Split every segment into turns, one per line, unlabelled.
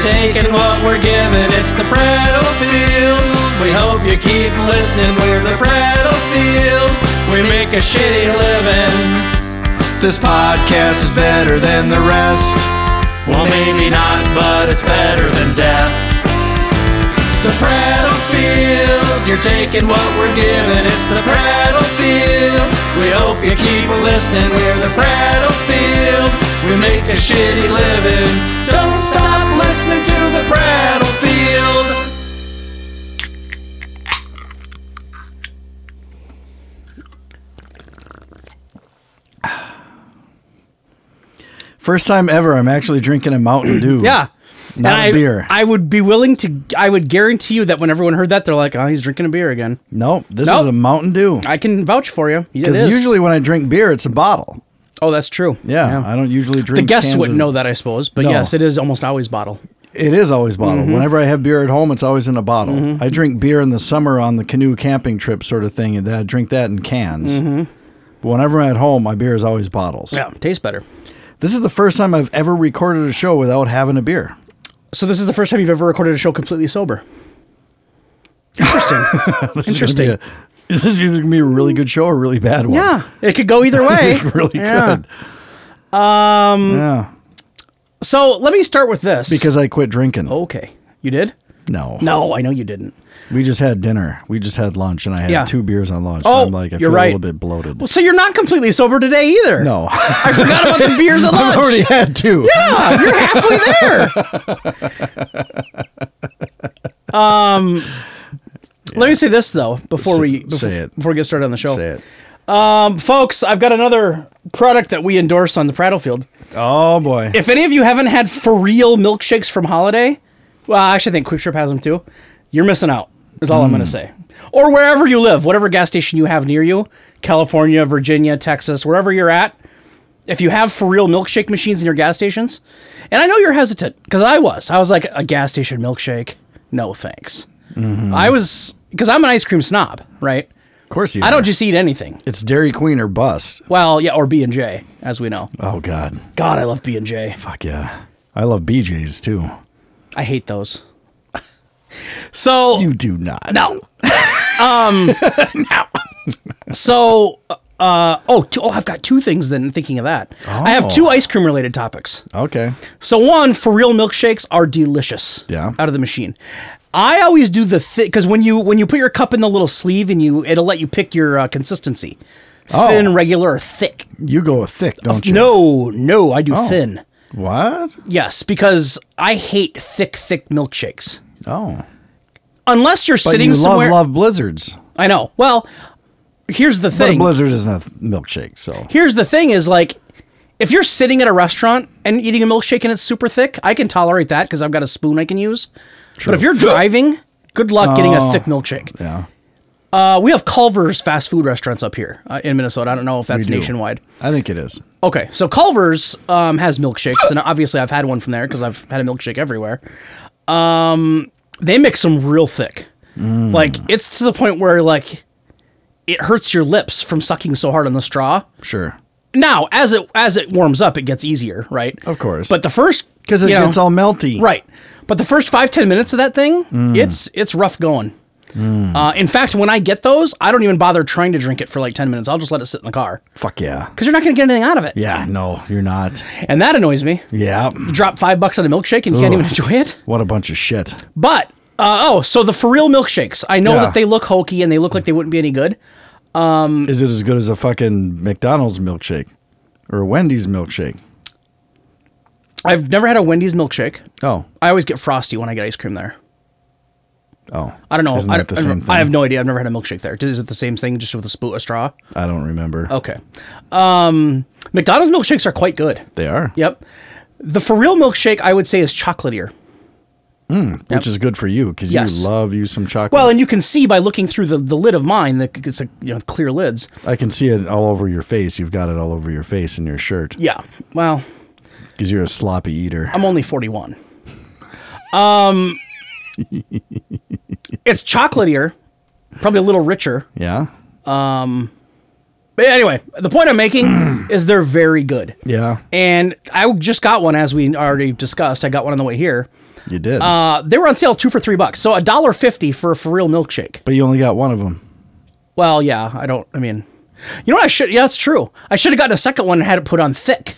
taking what we're giving. It's the Prattle Field. We hope you keep listening. We're the Prattle Field. We make a shitty living. This podcast is better than the rest. Well, maybe not, but it's better than death. The Prattle Field. You're taking what we're giving. It's the Prattle Field. We hope you keep listening. We're the Prattle Field. We make a shitty living. Don't stop listening to the Prattle Field.
First time ever, I'm actually drinking a Mountain Dew.
Yeah.
Mm. Not
and
a
I,
beer.
I would be willing to. I would guarantee you that when everyone heard that, they're like, "Oh, he's drinking a beer again."
Nope. This
Nope.
is a Mountain Dew.
I can vouch for you. It
Because
is.
usually when I drink beer, it's a bottle.
oh, that's true.
Yeah, I don't usually drink.
The guests
cans
wouldn't
of-
know that, I suppose. But
No.
yes, it is almost always bottle.
It is always bottled.
Mm-hmm.
Whenever I have beer at home, it's always in a bottle. I drink beer in the summer on the canoe camping trip sort of thing. and I drink that in cans. But whenever I'm at home, my beer is always bottles.
Mm-hmm. Yeah, tastes better.
This is the first time I've ever recorded a show without having a beer.
So this is the first time you've ever recorded a show completely sober. Interesting. Interesting.
Yeah. Is this either gonna be a really good show or a really bad one?
Yeah, it could go either way.
really
Yeah.
good. Um. Yeah.
So let me start with this
Because I quit drinking.
okay, you did?
no.
Oh. No, I know you didn't.
We just had dinner. We just had lunch, and I had
Yeah.
two beers on lunch.
Oh,
so I'm like, I
you're
feel
right.
a little bit bloated.
Well, so you're not completely sober today either.
no,
I forgot about the beers at
I've
lunch.
already had two. Yeah.
Ah, you're halfway there. Um, Um, let me say this though before
Say-
we before,
say it.
before we get started on the show,
Say it.
folks. I've got another product that we endorse on the Prattlefield.
Oh boy.
If any of you haven't had for real milkshakes from Holiday, well, I actually think Quick Trip has them too. You're missing out. Is all I'm going to say. Or wherever you live, whatever gas station you have near you, California, Virginia, Texas, wherever you're at, if you have for real milkshake machines in your gas stations, and I know you're hesitant because I was. I was like a gas station milkshake. No thanks. I was because I'm an ice cream snob, right?
of course you.
I
are.
don't just eat anything.
It's Dairy Queen or bust.
Well, yeah, or B and J, as we know.
Oh God.
God, I love B and J.
Fuck yeah. I love BJ's too.
I hate those. so
You do not.
no. um So uh oh, two, oh I've got two things then thinking of that. I have
Oh.
two ice cream related topics.
Okay.
So one, for real milkshakes are delicious.
Yeah.
Out of the machine. I always do the thick because when you when you put your cup in the little sleeve and you it'll let you pick your uh, consistency,
Oh.
thin, regular, or thick.
You go with thick, don't you?
No, no, I do
Oh.
thin.
What?
Yes, because I hate thick, thick milkshakes.
Oh.
Unless you're
But
sitting
you love
somewhere.
love blizzards.
I know. Well, here's the
But a
thing.
blizzard isn't a th- milkshake, so
here's the thing is like if you're sitting at a restaurant and eating a milkshake and it's super thick, I can tolerate that because I've got a spoon I can use. But if you're driving, good luck getting a thick milkshake.
Oh, yeah.
Uh, we have Culver's fast food restaurants up here uh, in Minnesota. I don't know if that's
do.
nationwide.
I think it is.
Okay, so Culver's um, has milkshakes, and obviously I've had one from there because I've had a milkshake everywhere. Um, they make some real thick,
Mm.
like it's to the point where like it hurts your lips from sucking so hard on the straw.
Sure.
Now, as it as it warms up, it gets easier, right?
Of course.
But the first
Because it
you know,
gets all melty.
right, but the first five ten minutes of that thing,
Mm.
it's it's rough going. Uh, in fact, when I get those, I don't even bother trying to drink it for like ten minutes. I'll just let it sit in the car
Fuck yeah.
because you're not going to get anything out of it,
Yeah. No, you're not.
and that annoys me.
Yeah.
drop five bucks on a milkshake and you can't
Ugh.
even enjoy it.
What a bunch of shit.
But uh, oh, so the for real milkshakes. I know
Yeah.
that they look hokey and they look like they wouldn't be any good. Mm.
Is it as good as a fucking McDonald's milkshake or a Wendy's milkshake?
I've never had a Wendy's milkshake.
Oh.
I always get frosty when I get ice cream there.
Oh.
I don't know.
Isn't
I,
that the
I-
same
I have
thing?
no idea. I've never had a milkshake there. Is it the same thing, just with a spoon, a straw?
I don't remember.
Okay. Um, McDonald's milkshakes are quite good.
They are.
Yep. The for real milkshake, I would say, is chocolatier.
Which is good for you because
Yes.
you love you some chocolate.
Well, and you can see by looking through the, the lid of mine that it's a you know clear lids.
I can see it all over your face. You've got it all over your face in your shirt
Yeah. Well,
because you're a sloppy eater.
I'm only 41. Um, it's chocolatier, probably a little richer.
yeah.
But anyway, the point I'm making is they're very good.
Yeah.
And I just got one, as we already discussed. I got one on the way here.
You did.
Uh, they were on sale two for three bucks, so a dollar fifty for a for real milkshake.
but you only got one of them.
Well, yeah, I don't. I mean, you know, what I should. Yeah, that's true. I should have gotten a second one and had it put on thick.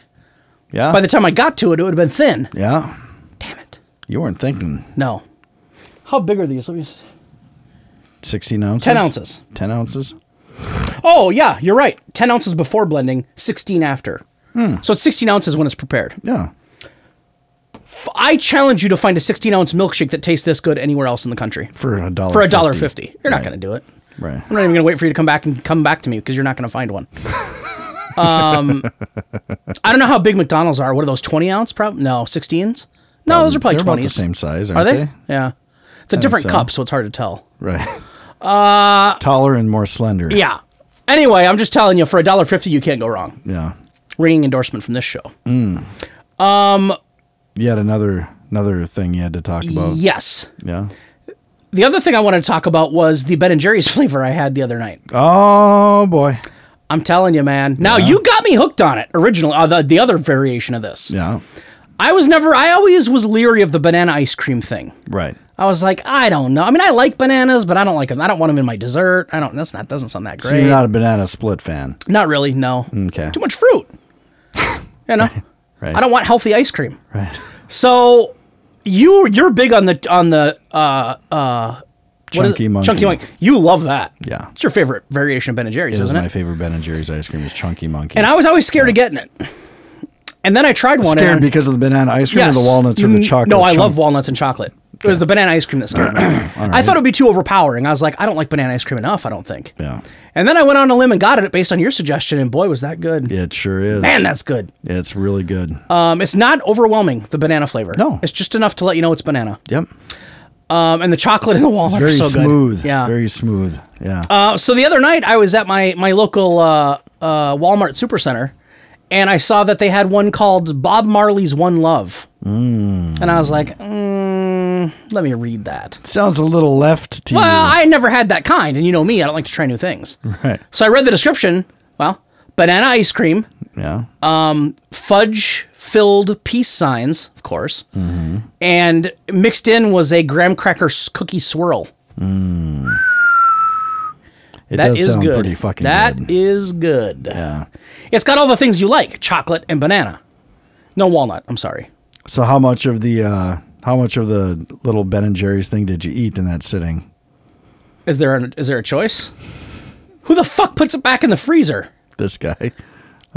Yeah.
By the time I got to it, it would have been thin.
yeah.
Damn it.
You weren't thinking
No. How big are these? Let me. s-
16 ounces.
Ten ounces.
10 ounces.
Oh yeah, you're right. Ten ounces before blending, sixteen after.
Hmm.
So it's sixteen ounces when it's prepared.
Yeah.
F- I challenge you to find a sixteen ounce milkshake that tastes this good anywhere else in the country
For a dollar.
for a dollar fifty. You're not
Right.
gonna do it.
Right.
I'm not even gonna wait for you to come back and come back to me because you're not gonna find one. um, I don't know how big McDonald's are. What are those twenty ounce? Probably no, sixteens. No, those are probably
They're about the
twenties.
same size, aren't
Are
they?
they? Yeah. It's a different
so.
cup, so it's hard to tell.
Right. Uh, Taller and more slender.
Yeah. Anyway, I'm just telling you, for a dollar fifty, you can't go wrong.
Yeah.
Ringing endorsement from this show.
Yet another another thing you had to talk about.
Yes.
Yeah.
The other thing I wanted to talk about was the Ben and Jerry's flavor I had the other night.
Oh boy.
I'm telling you, man. Now you got me hooked on it. Original, uh, the, the other variation of this.
Yeah.
I was never. I always was leery of the banana ice cream thing.
Right.
I was like, I don't know. I mean, I like bananas, but I don't like them. I don't want them in my dessert. I don't. That's not doesn't sound that
So
great.
you're not a banana split fan.
Not really. No.
Okay.
Too much fruit. you know.
Right.
I don't want healthy ice cream.
Right.
So you you're big on the on the uh uh what is it?
Chunky monkey.
Chunky monkey. You love that.
Yeah.
It's your favorite variation of Ben and Jerry's,
It is
isn't
my
it?
favorite Ben and Jerry's ice cream is Chunky Monkey.
And I was always scared of getting it. And then I tried one.
scared
and
because of the banana ice cream
yes,
or the walnuts or
You-
the chocolate.
No, I
chunk?
love walnuts and chocolate. It was the banana ice cream that scared me. I thought it would be too overpowering. I was like, I don't like banana ice cream enough. I don't think.
Yeah.
And then I went on a limb and got it based on your suggestion, and boy, was that good.
It sure is.
Man, that's good.
it's really good.
Um, it's not overwhelming the banana flavor.
No.
it's just enough to let you know it's banana.
yep.
Um, and the chocolate and the walnut
Very
are so
smooth.
good. Yeah.
Very smooth. Yeah.
uh, so the other night I was at my my local uh, uh, Walmart supercenter, and I saw that they had one called Bob Marley's One Love, and I was like, mm, let me read that.
Sounds a little left to
Well, I had never had that kind, and you know me, I don't like to try new things.
you. Right.
So I read the description. Well, banana ice cream,
Yeah.
uh, fudge filled peace signs, of course,
Mm-hmm.
and mixed in was a graham cracker s- cookie swirl.
it
That
does
is
sound
good.
pretty fucking
That
good.
is good.
yeah.
It's got all the things you like: chocolate and banana. No walnut. I'm sorry.
So how much of the uh how much of the little Ben and Jerry's thing did you eat in that sitting?
Is there a, is there a choice? Who the fuck puts it back in the freezer?
This guy.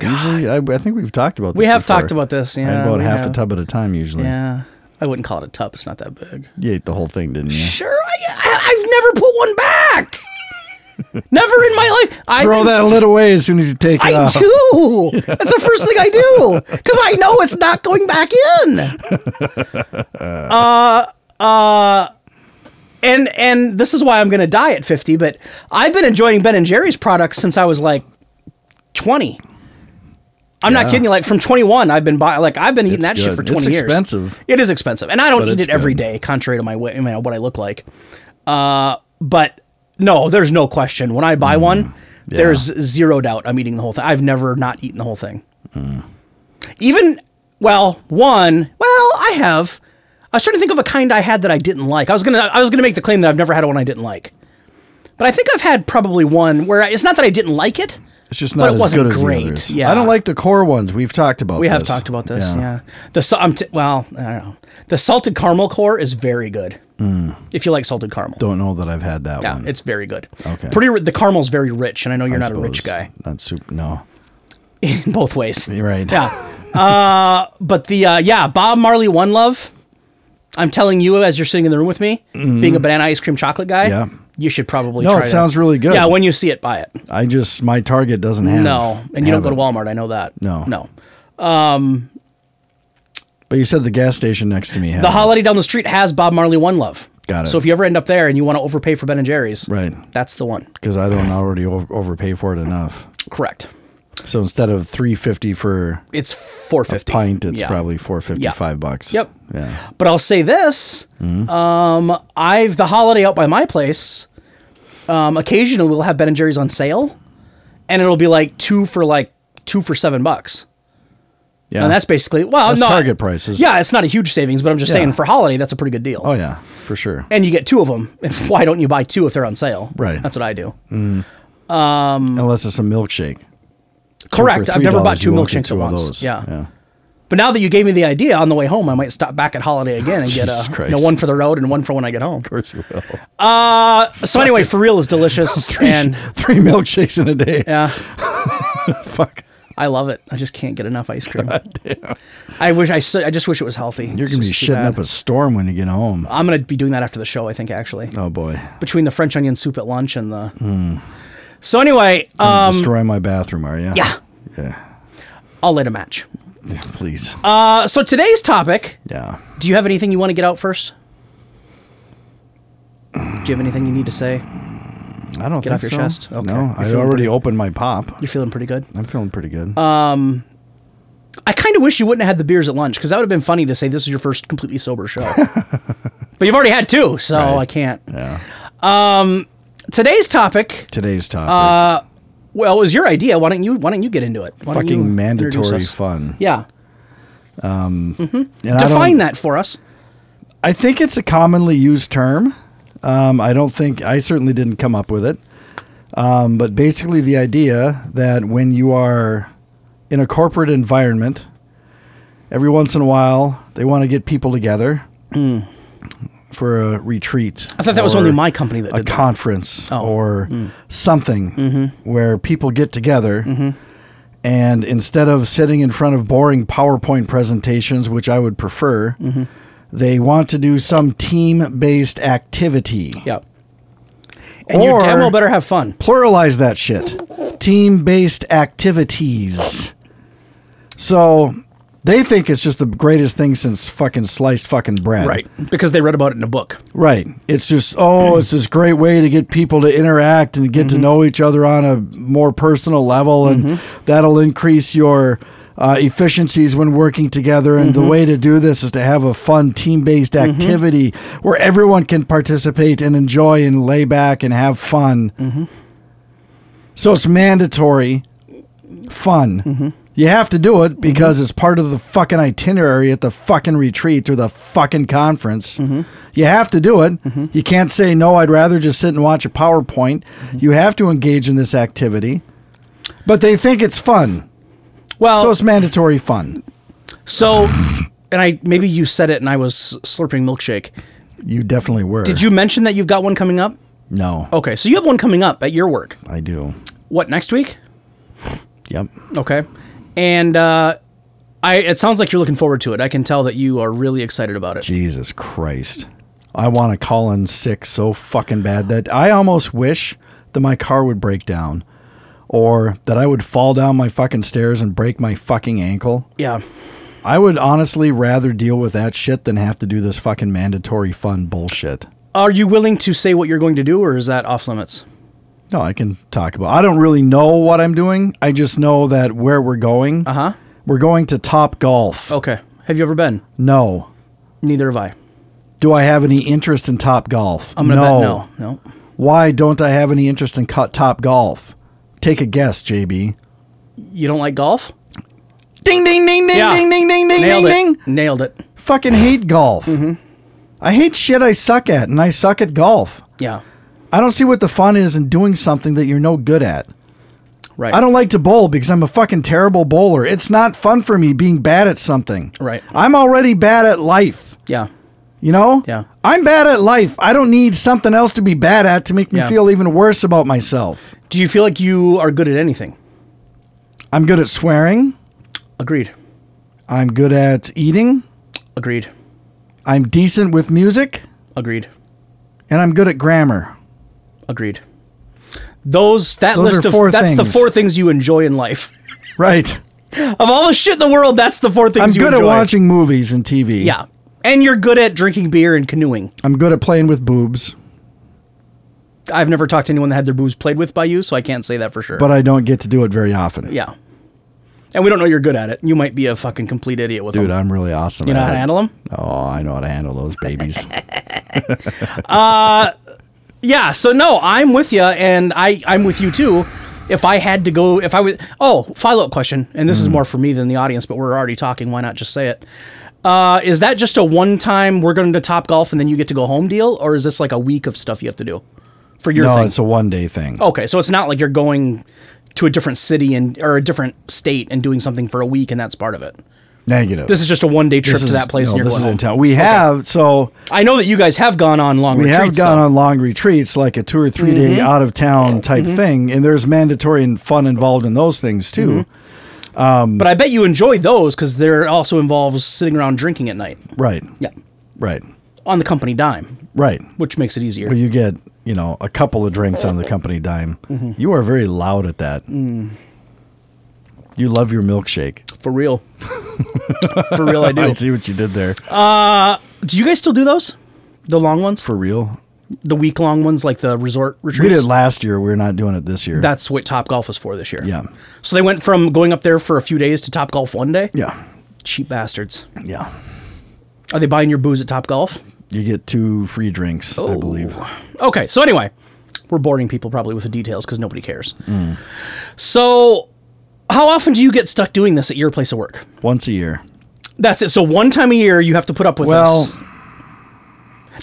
I usually I, I think we've talked about this.
We have
before.
talked about this.
I had
Yeah,
about
we
half
have.
a tub at a time usually.
Yeah, I wouldn't call it a tub. It's not that big.
You ate the whole thing, didn't you?
Sure, I, I I've never put one back. never in my life. I
Throw
think-
that lid away as soon as you take it
I
off.
do. That's the first thing I do because I know it's not going back in. Uh, uh, and and this is why I'm going to die at 50. But I've been enjoying Ben and Jerry's products since I was like 20. I'm
Yeah.
not kidding you. Like from 21, I've been buying. Like I've been eating
It's
that shit
good.
for
It's
20 years.
expensive.
It is expensive, and I don't
But
eat
it's
it every
good.
day, contrary to my way, you know, what I look like. Uh, but no, there's no question. When I buy one, there's zero doubt I'm eating the whole thing. I've never not eaten the whole thing. Even well, one. Well, I have. I was trying to think of a kind I had that I didn't like. I was gonna. I was gonna make the claim that I've never had one I didn't like. But I think I've had probably one where I, it's not that I didn't like it.
It's just
But
not
it
as
wasn't
good as the
great,
others.
yeah.
I don't like the core ones. We've talked about.
We have talked about this. Yeah. The sa- I'm t- well, I don't know. The salted caramel core is very good. If you like salted caramel.
Don't know that I've had that
yeah,
one.
it's very good.
Um, Okay.
Pretty ri- the caramel's very rich and I know you're
I
not a rich
suppose.
guy
Not super. No.
in both ways.
You're right.
Yeah. uh, but the uh, yeah, Bob Marley One Love. I'm telling you, as you're sitting in the room with me, being a banana ice cream chocolate guy,
Mm-hmm. Yeah.
you should probably.
No,
try
it sounds really good.
Yeah, when you see it, buy it.
I just my Target doesn't have.
no, and you don't
have
go to
it.
Walmart. I know that.
No.
no.
But you said the gas station next to me had.
The
it.
holiday down the street has Bob Marley One Love.
Got it.
So if you ever end up there and you want to overpay for Ben and Jerry's,
Right.
That's the one.
Because I don't already o- overpay for it enough.
Correct.
So instead of three fifty for
It's four
a
fifty.
pint, it's probably four fifty
Yeah.
five bucks.
Yep.
Yeah.
But I'll say this:
Mm-hmm.
um, I've the holiday out by my place. Um, occasionally, we'll have Ben and Jerry's on sale, and it'll be like two for like two for seven bucks.
Yeah.
And that's basically well,
That's
no,
target prices.
Yeah, it's not a huge savings, but I'm just
Yeah.
saying for holiday, that's a pretty good deal.
Oh yeah, for sure.
And you get two of them. Why don't you buy two if they're on sale?
Right. Mm,
That's what I do.
Unless it's a milkshake. So
Correct.
for
I've never
$3,
bought two
you won't get
milkshakes at
of
once.
those.
Yeah. But now that you gave me the idea, on the way home, I might stop back at Holiday again and get
Jesus
a you know,
Christ.
one for the road and one for when I get home.
Of course you will.
So anyway, for real is delicious,
Three,
and
three milkshakes in a day.
yeah,
Fuck.
I love it. I just can't get enough ice cream. I wish I. s- I just wish it was healthy.
You're gonna be shitting up a storm when you get home.
I'm gonna be doing that after the show. I think actually,
Oh boy.
between the French onion soup at lunch and the. So anyway,
Hmm. Gonna
um,
destroy my bathroom, are you?
yeah,
Yeah.
I'll light a match.
Yeah, Please.
Uh, so today's topic.
yeah.
Do you have anything you want to get out first? Do you have anything you need to say?
I don't
Get
think
off your
so.
chest? Okay. You're
No, I
feeling
already
pretty- Uh,
opened my pop.
You're feeling pretty good.
I'm feeling pretty good.
I kind of wish you wouldn't have had the beers at lunch because that would have been funny to say this is your first completely sober show. but you've already had two, so
Right.
I can't.
yeah.
Today's topic,
Today's topic:
uh, well, was your idea. Why don't you? Why don't you get into it? Why don't you
fucking mandatory
introduce us?
fun.
Yeah,
And I don't-
define that for us.
I think it's a commonly used term. Um, I don't think I certainly didn't come up with it. Um, but basically, the idea that when you are in a corporate environment, every once in a while they want to get people together for a retreat.
Mm. I thought that was only my company that
a
did Oh. Mm. that.
conference or something
Mm-hmm.
where people get together. And instead of sitting in front of boring PowerPoint presentations, which I would prefer,
Mm-hmm.
they want to do some team based activity.
Yeah, and your
Or-
demo better have fun.
Pluralize that shit. Team based activities. So they think it's just the greatest thing since fucking sliced fucking bread.
because they read about it in a book.
Right. It's just, oh, it's this great way to get people to interact and get to know each other on a more personal level. And that'll increase your uh, efficiencies when working together. And the way to do this is to have a fun team based activity where everyone can participate and enjoy and lay back and have fun. So it's mandatory fun.
Mm-hmm.
You have to do it because it's part of the fucking itinerary at the fucking retreat or the fucking conference.
Mm-hmm.
You have to do it. You can't say, no, I'd rather just sit and watch a PowerPoint.
Mm-hmm.
You have to engage in this activity. But they think it's fun.
Well,
So it's mandatory fun.
So, and I maybe you said it, and I was slurping milkshake.
You definitely were.
Did you Oh. mention that you've got one coming up?
No.
Okay, so you have one coming up at your work.
I do.
What next week?
Yep.
Okay, and uh, I it sounds like you're looking forward to it. I can tell that you are really excited about it.
Jesus Christ. I want to call in sick so fucking bad that I almost wish that my car would break down or that I would fall down my fucking stairs and break my fucking ankle.
Yeah,
I would honestly rather deal with that shit than have to do this fucking mandatory fun bullshit.
are you willing to say what you're going to do, or is that off limits?
No, I can talk about. I don't really know what I'm doing. I just know that where we're going.
Uh huh.
We're going to Top Golf.
Okay. Have you ever been?
No.
Neither have I.
Do I have any interest in Top Golf?
I'm gonna bet no. No.
Why don't I have any interest in cut top golf? Take a guess, JB.
You don't like golf?
Ding ding ding ding
Yeah.
ding ding ding ding
Nailed
ding
it. Mm-hmm.
ding.
Nailed it.
Fucking hate golf. I hate shit I suck at, and I suck at golf.
Yeah.
I don't see what the fun is in doing something that you're no good at.
Right.
I don't like to bowl because I'm a fucking terrible bowler. It's not fun for me being bad at something.
Right.
I'm already bad at life.
Yeah.
You know?
Yeah.
I'm bad at life. I don't need something else to be bad at to make me
Yeah.
feel even worse about myself.
Do you feel like you are good at anything?
I'm good at swearing.
Agreed.
I'm good at eating.
Agreed.
I'm decent with music.
Agreed.
And I'm good at grammar.
Agreed. Those that
Those
list
are
of
four
that's the
things.
four things you enjoy in life.
Right.
Of all the shit in the world, that's the four things
I'm
you
good at
enjoy.
watching movies and TV.
Yeah. And you're good at drinking beer and canoeing.
I'm good at playing with boobs,
I've never talked to anyone that had their boobs played with by you, so I can't say that for sure.
but I don't get to do it very often.
yeah. And we don't know you're good at it. You might be a fucking complete idiot with
Dude,
them.
I'm really awesome.
You know how to handle them?
Oh, I know how to handle those babies.
Yeah, so no, I'm with you and I I'm with you too. if I had to go, if I was, oh, follow up question, and this is
Hmm.
more for me than the audience, but we're already talking. Why not just say it? Uh, is that just a one time we're going to Top Golf and then you get to go home deal, or is this like a week of stuff you have to do for your
No,
thing? Oh,
it's a one day thing.
okay, so it's not like you're going to a different city and or a different state and doing something for a week, and that's part of it.
Negative.
This is just a one day trip
This
to that place.
no,
and you're
this
going
is in
home.
town. We have so
I know that you guys have gone on long
we
retreats.
have gone
though.
on long retreats, like a two or 3 day
Mm-hmm.
out of town type thing, and there's mandatory and fun involved in those things too.
Mm-hmm. But I bet you enjoy those because they're also involves sitting around drinking at night.
Right.
Yeah,
Right.
on the company dime,
Right.
which makes it easier.
But you get you know a couple of drinks on the company dime.
Mm-hmm.
You are very loud at that.
Mm.
You love your milkshake.
for real, for real, I do. Uh,
I see what you did there.
Do you guys still do those? The long ones,
For real,
the week long ones, like the resort retreats.
we did last year. We're not doing it this year.
That's what Top Golf was for this year.
Yeah.
So they went from going up there for a few days to Top Golf one day.
yeah,
Cheap bastards.
yeah.
Are they buying your booze at Top Golf?
You get two free drinks,
Oh.
I believe.
Okay, so anyway, we're boring people probably with the details because nobody cares.
Mm.
So, how often do you get stuck doing this at your place of work?
Once a year.
That's it. So one time a year you have to put up with
Well-
this.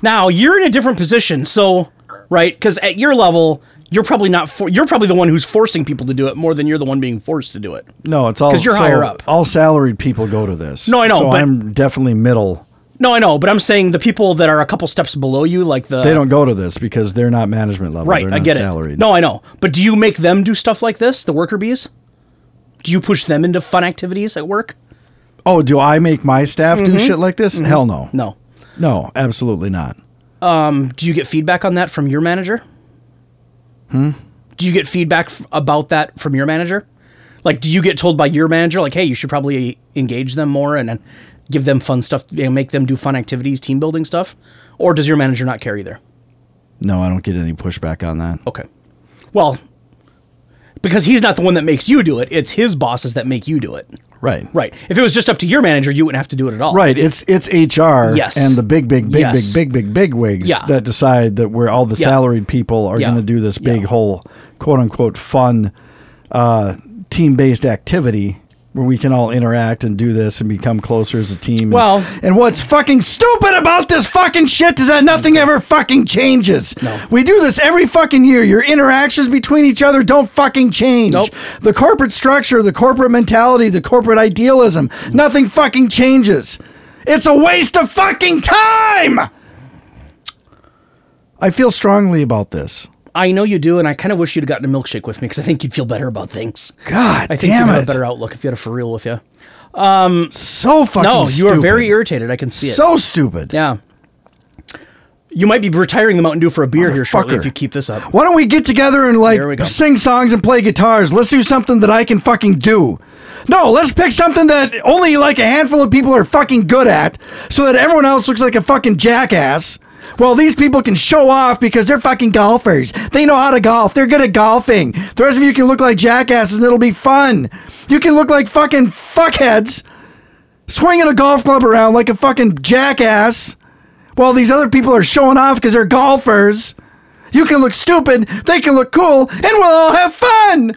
Now you're in a different position, so right because at your level you're probably not for, you're probably the one who's forcing people to do it more than you're the one being forced to do it.
No, it's all
'Cause you're
so
higher up.
All salaried people go to this.
No, I know,
So
but-
I'm definitely middle.
No, I know, but I'm saying the people that are a couple steps below you, like the
They don't go to this because they're not management level.
Uh, right.
They're
I
not
get
salaried.
it. No, I know, but do you make them do stuff like this? The worker bees? Do you push them into fun activities at work?
Oh, do I make my staff do shit like this? Hell no.
Mm-hmm. No.
No, absolutely not.
Do you get feedback on that from your manager? Hmm.
Hmm?
Do you get feedback f- about that from your manager? Like, do you get told by your manager, like, hey, you should probably engage them more and, and give them fun stuff, you know, make them do fun activities, team building stuff? Or does your manager not care either?
No, I don't get any pushback on that.
Okay. Well, because he's not the one that makes you do it, it's his bosses that make you do it.
Right.
Right. If it was just up to your manager, you wouldn't have to do it at all.
Right. It's it's HR
Yes.
and the big, big, big,
Yes.
big, big, big, big wigs
Yeah.
that decide that we're all the
Yeah.
salaried people are
Yeah.
going to do this big
Yeah.
whole quote unquote fun uh, team based activity where we can all interact and do this and become closer as a team. And-
Well-
and, what's fucking stupid about this fucking shit is that nothing ever fucking changes.
No.
We do this every fucking year. Your interactions between each other don't fucking change.
Nope.
The corporate structure, the corporate mentality, the corporate idealism, nothing fucking changes. It's a waste of fucking time. I feel strongly about this.
I know you do, and I kind of wish you'd gotten a milkshake with me because I think you'd feel better about things.
God
I think
damn
you'd have
it.
a better outlook if you had a for real with you.
So fucking
No, you are
stupid.
very irritated. I can see it.
so stupid.
yeah. You might be retiring the Mountain Dew for a beer here shortly
Motherfucker.
if you keep this up.
Why don't we get together and like
There we go.
sing songs and play guitars? Let's do something that I can fucking do. No, let's pick something that only like a handful of people are fucking good at so that everyone else looks like a fucking jackass. Well, these people can show off because they're fucking golfers. They know how to golf. They're good at golfing. The rest of you can look like jackasses and it'll be fun. You can look like fucking fuckheads swinging a golf club around like a fucking jackass while these other people are showing off because they're golfers. You can look stupid, they can look cool, and we'll all have fun.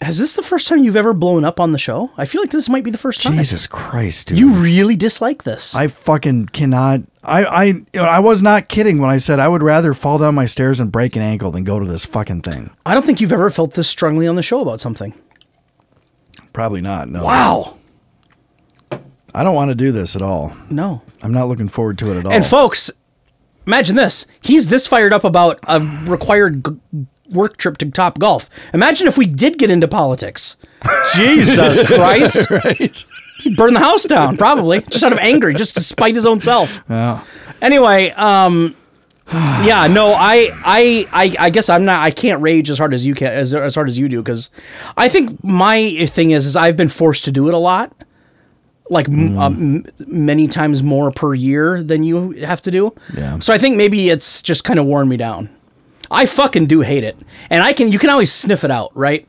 Has this the first time you've ever blown up on the show? I feel like this might be the first time.
Jesus Christ, dude.
You really dislike this.
I fucking cannot. I, I, you know, I was not kidding when I said I would rather fall down my stairs and break an ankle than go to this fucking thing.
I don't think you've ever felt this strongly on the show about something.
Probably not. No.
Wow.
I don't want to do this at all.
No.
I'm not looking forward to it at all.
And folks, imagine this. He's this fired up about a required g- work trip to Top Golf. Imagine if we did get into politics. Jesus Christ.
right?
He'd burn the house down, probably. just out of anger, just to spite his own self.
Yeah.
Anyway, um yeah, no, I, I, I, I guess I'm not. I can't rage as hard as you can, as, as hard as you do, because I think my thing is, is I've been forced to do it a lot, like m um, m- many times more per year than you have to do.
Yeah.
So I think maybe it's just kind of worn me down. I fucking do hate it, and I can. You can always sniff it out, right?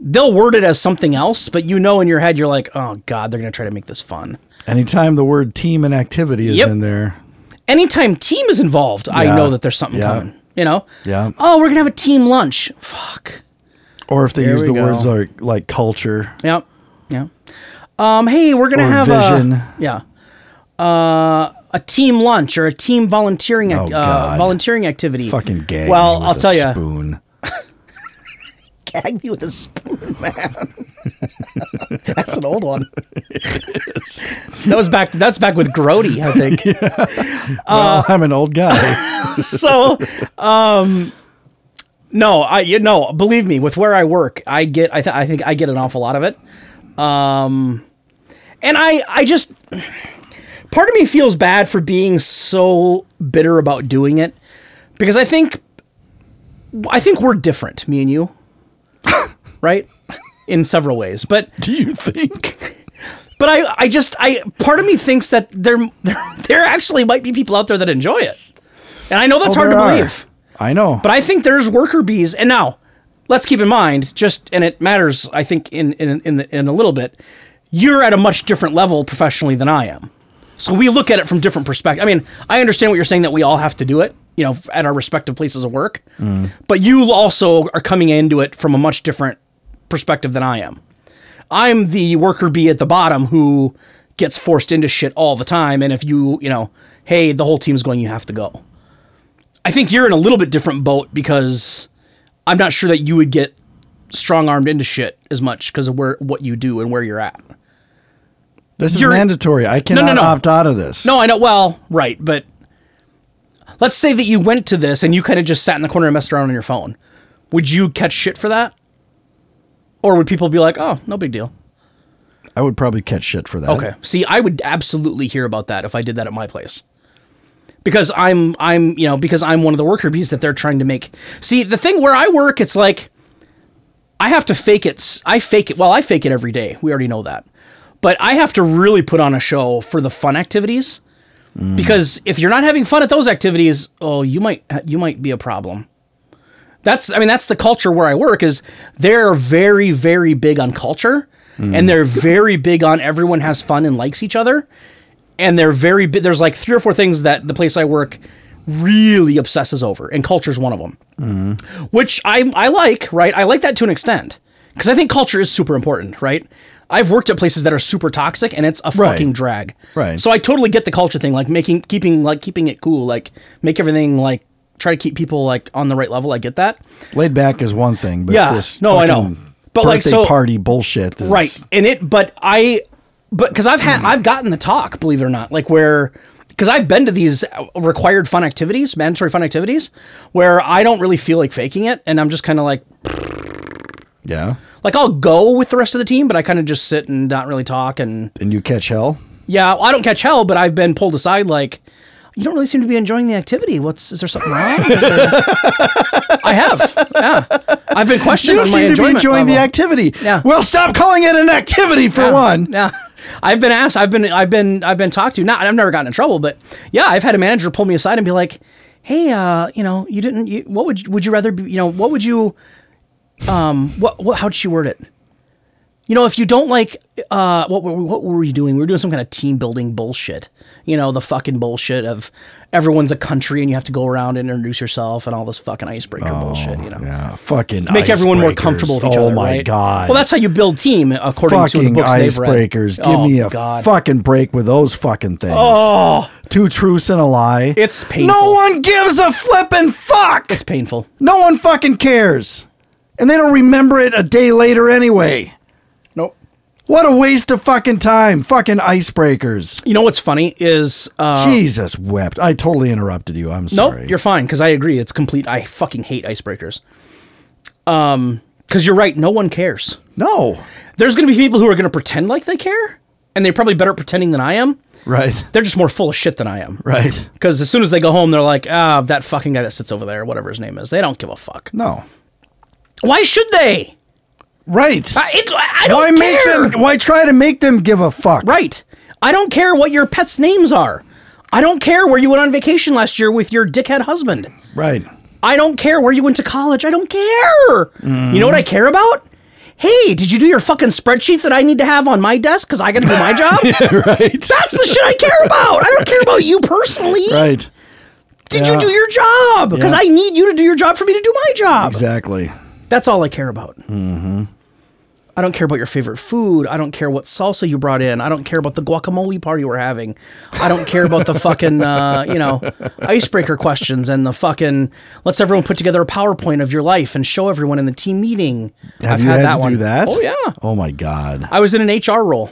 They'll word it as something else, but you know in your head you're like, oh god, they're gonna try to make this fun.
Anytime the word team and activity is
Yep.
in there,
Anytime team is involved, I
Yeah.
know that there's something
Yeah.
coming. You know?
Yeah.
Oh, we're gonna have a team lunch. Fuck.
Or if they use
we
the
go.
words like like culture.
Yep. Yeah. Um, hey, we're gonna
Or
have
vision.
a yeah, uh, a team lunch or a team volunteering ac-
Oh,
uh,
God.
volunteering activity.
Fucking gag. me
Well,
with
I'll
a
tell you.
Spoon.
Gag me with a spoon, man. That's an old one.
That was back. That's back with Grody, I think. Uh,
well, I'm an old guy.
so um no i you know believe me with where i work i get i, th- I think i get an awful lot of it um and i i just part of me feels bad for being so bitter about doing it because i think i think we're different me and you right in several ways but
Do you think?
but i i just i part of me thinks that there there, there actually might be people out there that enjoy it and i know that's hard to
Oh, There are.
believe
I know.
but I think there's worker bees. And now, let's keep in mind, just and it matters, I think, in in in, the, in a little bit. You're at a much different level professionally than I am, so we look at it from different perspectives. I mean, I understand what you're saying that we all have to do it, you know, at our respective places of work. But you also are coming into it from a much different perspective than I am. I'm the worker bee at the bottom who gets forced into shit all the time. And if you, you know, hey, the whole team's going, you have to go. I think you're in a little bit different boat because I'm not sure that you would get strong armed into shit as much because of where what you do and where you're at.
this is
you're-
mandatory. I cannot
no.
opt out of this.
No, I know. Well, right, but let's say that you went to this and you kind of just sat in the corner and messed around on your phone. Would you catch shit for that? Or would people be like, "Oh, no big deal."
I would probably catch shit for that.
Okay. See, I would absolutely hear about that if I did that at my place. Because I'm I'm, you know, because I'm one of the worker bees that they're trying to make. See, the thing where I work, it's like I have to fake it. s- I fake it. Well, I fake it every day. We already know that. But I have to really put on a show for the fun activities. Because if you're not having fun at those activities, oh, you might you might be a problem. That's I mean that's the culture where I work is they're very very big on culture and they're very big on everyone has fun and likes each other and they're very bi- there's like three or four things that the place I work really obsesses over and culture's one of them. Which I I like, right? I like that to an extent cuz I think culture is super important, right? I've worked at places that are super toxic and it's a
Right.
fucking drag.
Right.
So I totally get the culture thing, like making keeping like keeping it cool, like make everything like try to keep people like on the right level. I get that.
Laid back is one thing, but
Yeah.
this
No, I know.
fucking
But, like,
birthday
so-
party bullshit. Is,
right and it but i but because i've had i've gotten the talk believe it or not like where because i've been to these uh, required fun activities mandatory fun activities where i don't really feel like faking it and i'm just kind of like
Yeah.
like i'll go with the rest of the team but i kind of just sit and not really talk and
And you catch hell.
yeah i don't catch hell but i've been pulled aside like you don't really seem to be enjoying the activity what's is there something wrong Is there-" i have yeah i've been questioned
You don't
on my
seem to be
enjoyment
enjoying the
level.
activity.
Yeah.
Well, stop calling it an activity for
Yeah,
one.
Yeah. I've been asked, I've been I've been I've been talked to. Not I've never gotten in trouble, but yeah, I've had a manager pull me aside and be like, "Hey, uh, you know, you didn't you, what would you, would you rather be, you know, what would you um what what how'd she word it? You know, if you don't like uh what were we, what were we doing? We were doing some kind of team building bullshit. You know, the fucking bullshit of everyone's a country and you have to go around and introduce yourself and all this fucking icebreaker bullshit, you know.
Oh, Yeah. Fucking
Make everyone more comfortable with each
oh
other.
Oh my
right?
god.
Well, that's how you build team, according to the
fucking
books they've read.
icebreakers. Give
Oh,
me a
God.
fucking break with those fucking things.
Oh,
Two truths and a lie.
It's
No
painful.
one gives a flippin' fuck.
it's painful.
no one fucking cares. And they don't remember it a day later anyway.
Nope.
What a waste of fucking time. Fucking icebreakers.
You know what's funny is, uh,
Jesus wept. I totally interrupted you. I'm
nope,
sorry.
you're fine because I agree. It's complete. I fucking hate icebreakers. Um, because you're right. No one cares.
no.
There's going to be people who are going to pretend like they care, and they're probably better at pretending than I am.
Right.
They're just more full of shit than I am.
Right.
Because as soon as they go home, they're like, ah, that fucking guy that sits over there, whatever his name is. They don't give a fuck.
No.
Why should they?
Right.
I, it, I don't
Why make
care.
them why try to make them give a fuck?
Right. I don't care what your pets' names are. I don't care where you went on vacation last year with your dickhead husband.
Right.
I don't care where you went to college. I don't care. You know what
Mm.
I care about? Hey, did you do your fucking spreadsheet that I need to have on my desk because I got to do my job?
Right.
That's the shit I care about. I don't care about you personally.
Right.
Did
Yeah.
you do your job? Because
Yeah.
I need you to do your job for me to do my job.
Exactly.
That's all I care about. Mm-hmm. I don't care about your favorite food. I don't care what salsa you brought in. I don't care about the guacamole party we're having. I don't care about the fucking, uh, you know, icebreaker questions and the fucking, let's everyone put together a PowerPoint of your life and show everyone in the team meeting.
Have you had to do that?
Oh, yeah.
Oh my god.
I was in an HR role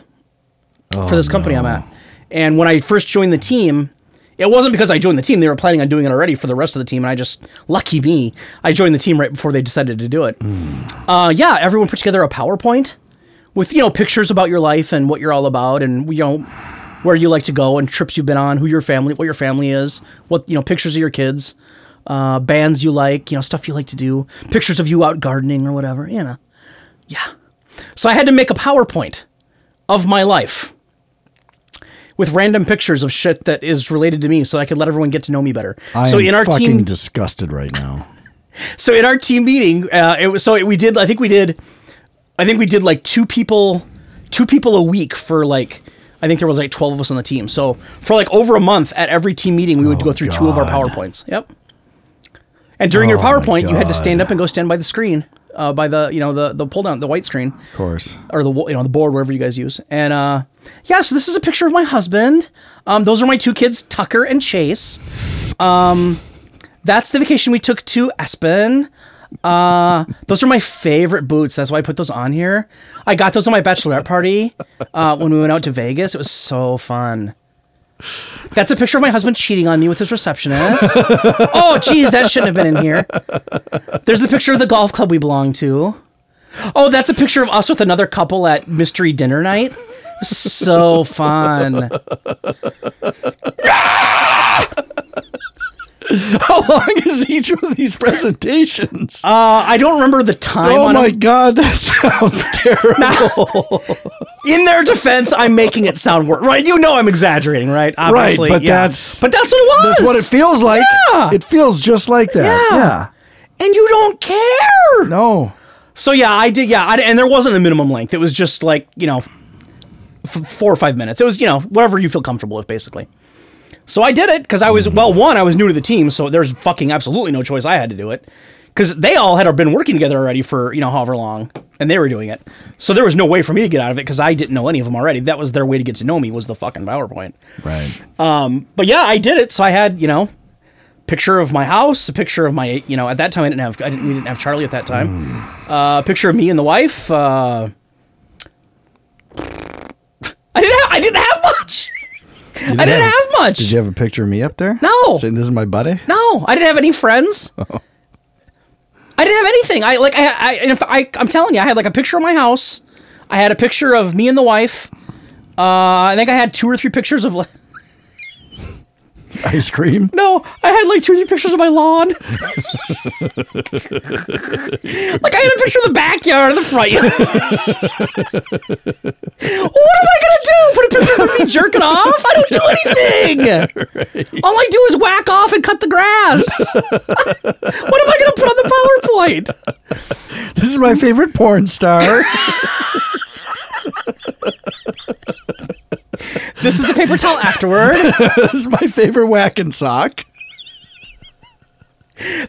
Oh,
for this company I'm at. And when I first joined the team, it wasn't because I joined the team. They were planning on doing it already for the rest of the team. And I just, lucky me, I joined the team right before they decided to do it. Uh, yeah, everyone put together a PowerPoint with, you know, pictures about your life and what you're all about and, you know, where you like to go and trips you've been on, who your family, what your family is, what, you know, pictures of your kids, uh, bands you like, you know, stuff you like to do, pictures of you out gardening or whatever, you know. Yeah. So I had to make a PowerPoint of my life with random pictures of shit that is related to me so I could let everyone get to know me better.
I
so
am
in our
fucking
team
disgusted right now.
so in our team meeting, uh, it was so we did. I think we did. I think we did like two people, two people a week for like. I think there was like twelve of us on the team. So for like over a month, at every team meeting, we would go through two of our
Oh, God.
powerpoints. Yep. And during your
Oh my
PowerPoint, you had to stand
God.
up and go stand by the screen, uh, by the you know the the pull down the white screen
Of course.
or the wo- you know the board wherever you guys use. And uh, yeah, so this is a picture of my husband. Um, those are my two kids, Tucker and Chase. Um, that's the vacation we took to Aspen. Uh, those are my favorite boots. That's why I put those on here. I got those on my bachelorette party uh, when we went out to Vegas. It was so fun. That's a picture of my husband cheating on me with his receptionist. oh, geez, that shouldn't have been in here. There's the picture of the golf club we belong to. Oh, that's a picture of us with another couple at mystery dinner night. So fun. Uh,
How long is each of these presentations?
Uh, I don't remember the time.
oh
on
my
it.
god, that sounds terrible.
In their defense, I'm making it sound worse. Right? You know I'm exaggerating, right? Obviously,
but
yeah.
that's-
but that's what it was.
That's what it feels like.
Yeah.
It feels just like that.
Yeah. And you don't care.
No.
So yeah, I did. Yeah, I, and there wasn't a minimum length. It was just like you know, f- four or five minutes. It was you know whatever you feel comfortable with, basically. So I did it because I was well, one, I was new to the team, so there's fucking absolutely no choice. I had to do it because they all had been working together already for you know however long, and they were doing it. So there was no way for me to get out of it because I didn't know any of them already. That was their way to get to know me was the fucking PowerPoint.
Right.
But yeah, I did it. So I had you know, picture of my house, a picture of my you know at that time I didn't have I didn't we didn't have Charlie at that time.
Hmm.
Uh, a picture of me and the wife. Uh, I didn't have I didn't have much. I didn't
have-
have much.
Did you have a picture of me up there?
No.
Saying this is my buddy?
No, I didn't have any friends.
Oh.
I didn't have anything. I like I I, and if I I'm telling you, I had like a picture of my house. I had a picture of me and the wife. Uh, I think I had two or three pictures of like
Ice cream?
no, I had like two or three pictures of my lawn. like I had a picture of the backyard, the front yard. what am I gonna do? Put a picture of me jerking off? I don't do anything. All I do is whack off and cut the grass. what am I gonna put on the PowerPoint?
This is my favorite porn star.
This is the paper towel afterward.
this is my favorite whacking sock.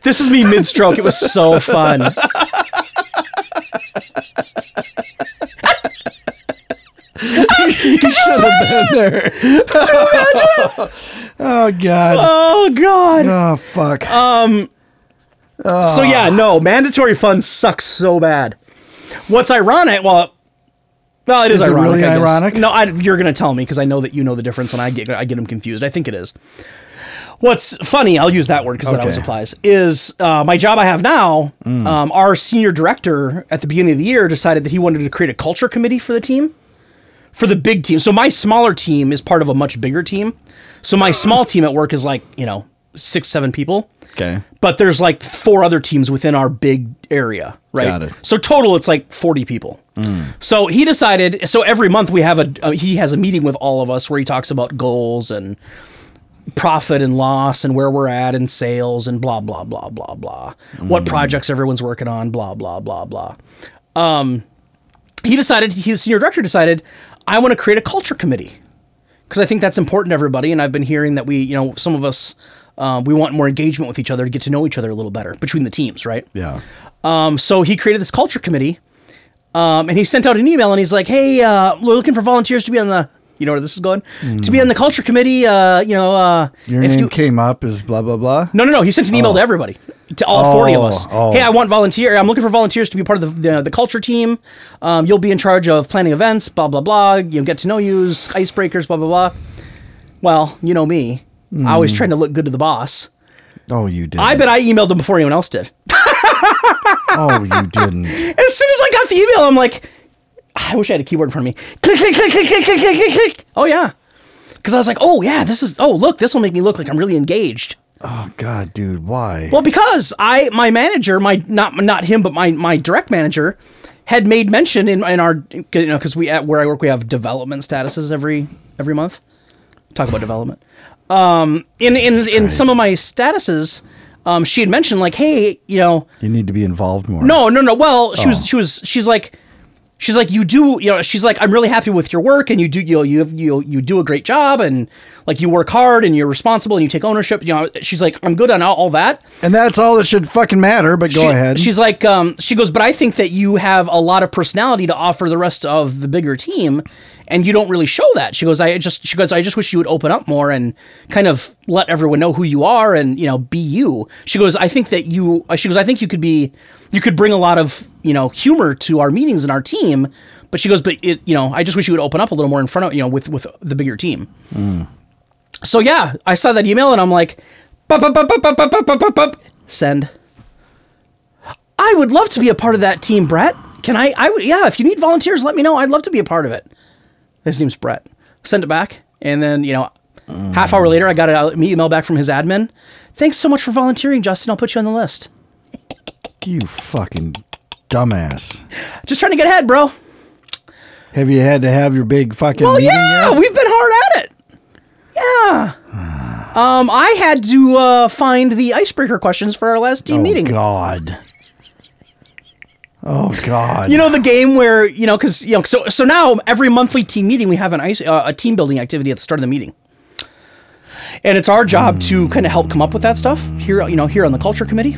This is me mid stroke. It was so fun. I
You should have been there. oh god.
Oh god.
Oh fuck.
uh, So yeah, no, mandatory funds sucks so bad. What's ironic? Well, well, it is,
Is it
ironic.
really
I guess.
ironic?
No, I, you're going to tell me because I know that you know the difference, and I get I get them confused. I think it is. What's funny? I'll use that word because that
Okay. Mm.
always applies. Is uh, my job I have now? Um, our senior director at the beginning of the year decided that he wanted to create a culture committee for the team, for the big team. So my smaller team is part of a much bigger team. So my small team at work is like you know six seven people
okay.
but there's like four other teams within our big area, right?
Got it.
So total, it's like 40 people. So he decided. So every month we have a uh, he has a meeting with all of us where he talks about goals and profit and loss and where we're at and sales and blah blah blah blah blah.
Mm.
What projects everyone's working on, blah blah blah blah he decided his senior director decided i want to create a culture committee because i think that's important to everybody and i've been hearing that we you know some of us Um, we want more engagement with each other to get to know each other a little better between the teams, right?
Yeah.
Um, so he created this culture committee, um, and he sent out an email and he's like, "Hey, uh, we're looking for volunteers to be on the, you know where this is going, to be on the culture committee. Uh, you know, uh,
Hmm. Your
if
name
you
came up as blah blah blah.
no, no, no. He sent an email to everybody, to all
Oh,
40 of us.
oh.
Hey, I want volunteer. I'm looking for volunteers to be part of the the, the culture team. Um, you'll be in charge of planning events, blah blah blah. You know, get to know yous, icebreakers, blah blah blah. Well, you know me. I
Hmm.
was trying to look good to the boss.
Oh, you did.
I bet I emailed him before anyone else did.
Oh, you didn't.
As soon as I got the email, I'm like, "Ah, I wish I had a keyboard in front of me. Click, click, click, click, click, click, click, click, click. Oh yeah, because I was like, oh yeah, this is. Oh look, this will make me look like I'm really engaged.
Oh God, dude, why?
Well, because I my manager, my not not him, but my my direct manager had made mention in in our you know because we at where I work we have development statuses every every month. Talk about development. Um, in in in some of my statuses, um, she had mentioned like, hey, you know,
you need to be involved more.
no, no, no. Well, she was, she was, she's like, she's like, you do, you know, she's like, I'm really happy with your work, and you do, you know, you have, you you do a great job, and like you work hard, and you're responsible, and you take ownership. You know, she's like, I'm good on all, all that.
and that's all that should fucking matter. But go
She-
ahead.
She's like, um, she goes, but I think that you have a lot of personality to offer the rest of the bigger team, and you don't really show that. She goes, I just, she goes, I just wish you would open up more and kind of let everyone know who you are and you know be you. She goes, I think that you, uh, she goes, I think you could be, you could bring a lot of you know humor to our meetings and our team. But she goes, but it, you know, I just wish you would open up a little more in front of you know with with the bigger team.
Mm.
So yeah, I saw that email and I'm like, bup, bup, bup, bup, bup, bup, bup, bup, bup. send. I would love to be a part of that team, Brett. Can I? I would. Yeah, if you need volunteers, let me know. I'd love to be a part of it. His name's Brett. Send it back, and then you know, half hour later, I got an email back from his admin. Thanks so much for volunteering, Justin. I'll put you on the list.
you fucking dumbass.
Just trying to get ahead, bro.
Have you had to have your big fucking
Well,
meeting
yeah,
yet?
we've been hard at it. Yeah. Um, I had to uh, find the icebreaker questions for our last team
oh
meeting.
God. Oh God.
You know the game where you know because you know so so now every monthly team meeting we have an ice uh, a team building activity at the start of the meeting, and it's our job to kind of help come up with that stuff here you know here on the culture committee.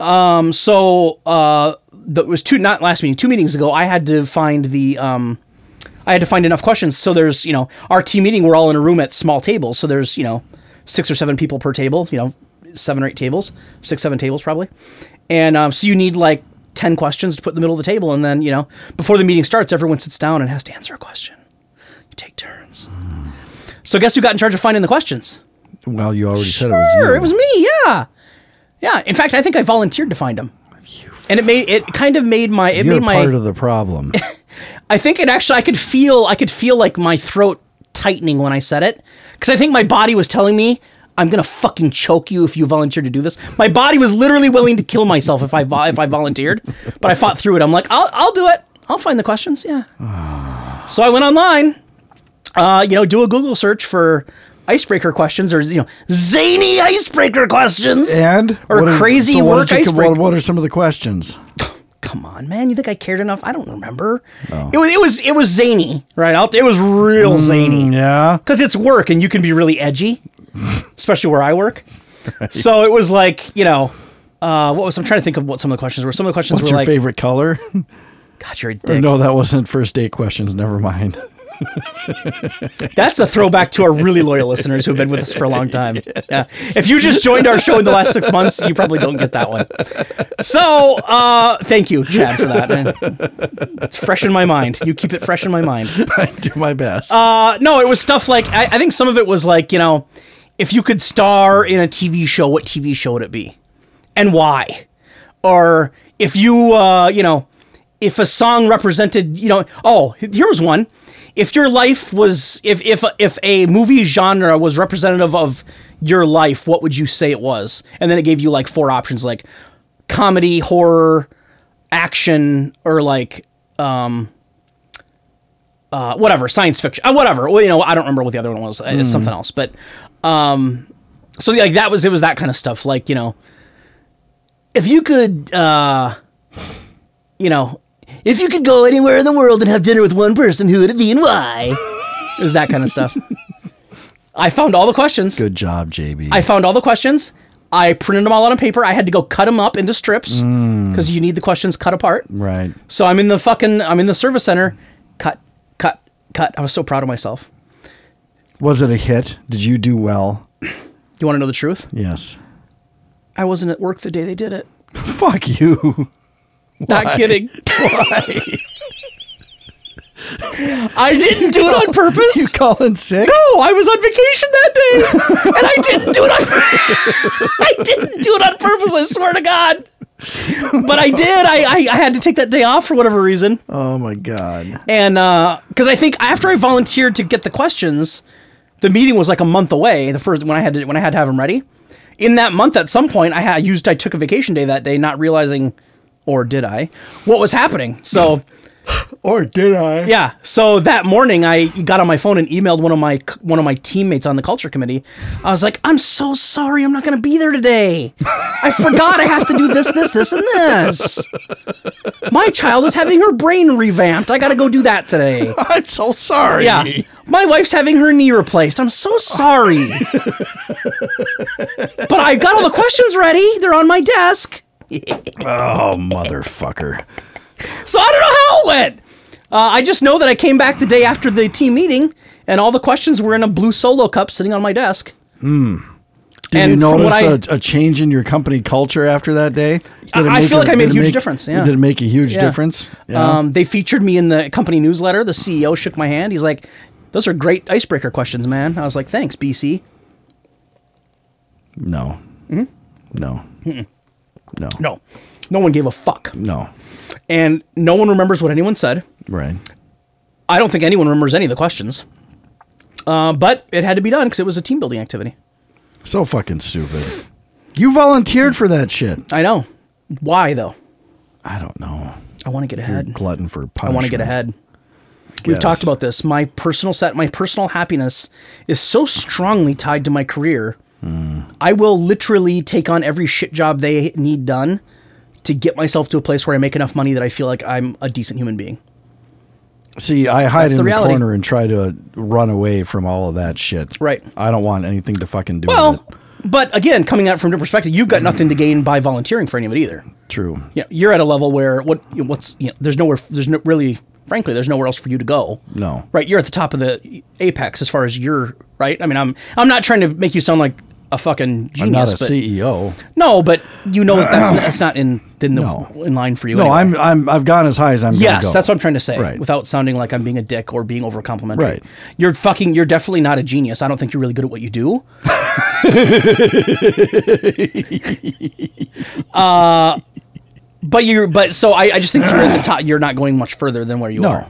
Um, so uh, that was two not last meeting two meetings ago. I had to find the um, I had to find enough questions. So there's you know our team meeting we're all in a room at small tables. So there's you know six or seven people per table. You know seven or eight tables, six seven tables probably, and um, so you need like ten questions to put in the middle of the table, and then you know before the meeting starts, everyone sits down and has to answer a question. You take turns. So guess who got in charge of finding the questions?
well, you already said it was you.
Sure, it was me. Yeah, yeah. In fact, I think I volunteered to find them. And it made it kind of made my it
You're
made my
part of the problem.
I think it actually I could feel I could feel like my throat tightening when I said it cuz I think my body was telling me I'm going to fucking choke you if you volunteer to do this. My body was literally willing to kill myself if I vo- if I volunteered, but I fought through it. I'm like, "I'll I'll do it. I'll find the questions." Yeah.
Ah.
so I went online uh, you know, do a Google search for icebreaker questions or you know, zany icebreaker questions.
and
or
What are-
crazy
so what
work
did you-
icebreaker
What, what are some of the questions?
come on, man. You think I cared enough? I don't remember.
Oh.
It was it was it was zany, right? I'll- It was real
Mm.
zany
Yeah.
because it's work, and you can be really edgy, especially where I work. So it was like you know, uh, what was I'm trying to think of what some of the questions were. Some of the questions
What's
were
your
like,
favorite color?
"God, you're a dick."
no, that wasn't first date questions. Never mind.
That's a throwback to our really loyal listeners who've been with us for a long time. Yeah. If you just joined our show in the last six months, you probably don't get that one. So uh, thank you, Chad, for that. man. It's fresh in my mind. You keep it fresh in my mind.
I do my best.
Uh, no, it was stuff like I, I think some of it was like you know, if you could star in a TV show, what TV show would it be, and why, or if you uh, you know, if a song represented you know, oh here was one, if your life was if if if a movie genre was representative of your life, what would you say it was? And then it gave you like four options like comedy, horror, action, or like uh, whatever science fiction uh, whatever well you know i don't remember what the other one was it's something else but um so like that was it was that kind of stuff like you know if you could uh you know if you could go anywhere in the world and have dinner with one person who would it be and why it was that kind of stuff I found all the questions.
Good job, JB.
I found all the questions. I printed them all out on paper. I had to go cut them up into strips because you need the questions cut apart.
right.
So I'm in the fucking I'm in the service center. Cut, cut, cut. I was so proud of myself.
Was it a hit? Did you do well?
You want to know the truth?
Yes.
I wasn't at work the day they did it.
Fuck you.
Not kidding. I didn't do it on purpose.
You calling sick?
No, I was on vacation that day, and I didn't do it on. I didn't do it on purpose. I swear to God. But I did. I, I I had to take that day off for whatever reason,
Oh my god.
and because I think after I volunteered to get the questions, the meeting was like a month away. The first when I had to when I had to have them ready. In that month, at some point, I had used I took a vacation day that day, not realizing, or did I, what was happening. So.
Or did I?
Yeah. So that morning, I got on my phone and emailed one of my one of my teammates on the culture committee. I was like, "I'm so sorry, I'm not going to be there today. I forgot I have to do this, this, this, and this. My child is having her brain revamped. I got to go do that today.
I'm so sorry.
Yeah. My wife's having her knee replaced. I'm so sorry. but I got all the questions ready. They're on my desk.
Oh motherfucker.
So I don't know how it went. Uh, I just know that I came back the day after the team meeting, and all the questions were in a blue solo cup sitting on my desk.
Did
And
you
from what
notice a a change in your company culture after that day? Did
I-
it
I
make
feel like I made
did it
a huge
make-
difference, yeah.
Did it make a huge
Yeah.
difference?
Um, they featured me in the company newsletter. The CEO shook my hand. He's like, "Those are great icebreaker questions, man." I was like, "Thanks, BC."
no. No. No.
mm-hmm. No, no one gave a fuck,
No.
and no one remembers what anyone said.
Right.
I don't think anyone remembers any of the questions. Uh, but it had to be done because it was a team building activity.
So fucking stupid. You volunteered for that shit.
I know. Why though?
I don't know.
I want to get
You're a
ahead.
glutton for
I
punishment.
want to get ahead. We've
Yes.
talked about this. My personal set, my personal happiness is so strongly tied to my career. I will literally take on every shit job they need done to get myself to a place where I make enough money that I feel like I'm a decent human being.
See, I hide
That's
in
the
the,
reality.
corner and try to run away from all of that shit.
Right.
I don't want anything to fucking do
Well,
with
but again, coming at it from a different perspective, you've got nothing to gain by volunteering for anyone either.
it. True.
You know, you're at a level where what you know, what's you know, there's nowhere there's no really frankly there's nowhere else for you to go.
No.
Right, you're at the top of the apex as far as you're right. I mean, I'm I'm not trying to make you sound like a fucking genius.
I'm not a E
but,
CEO.
No, but you know that that's, that's not in in the
No.
in line for you.
No,
anyway.
I'm I'm I've gone as high as I'm gonna
Yes,
go.
that's what I'm trying to say.
Right.
Without sounding like I'm being a dick or being over complimentary.
Right.
You're fucking you're definitely not a genius. I don't think you're really good at what you do. uh Uh, but you're but so I, I just think you're at the top you're not going much further than where you
No.
are.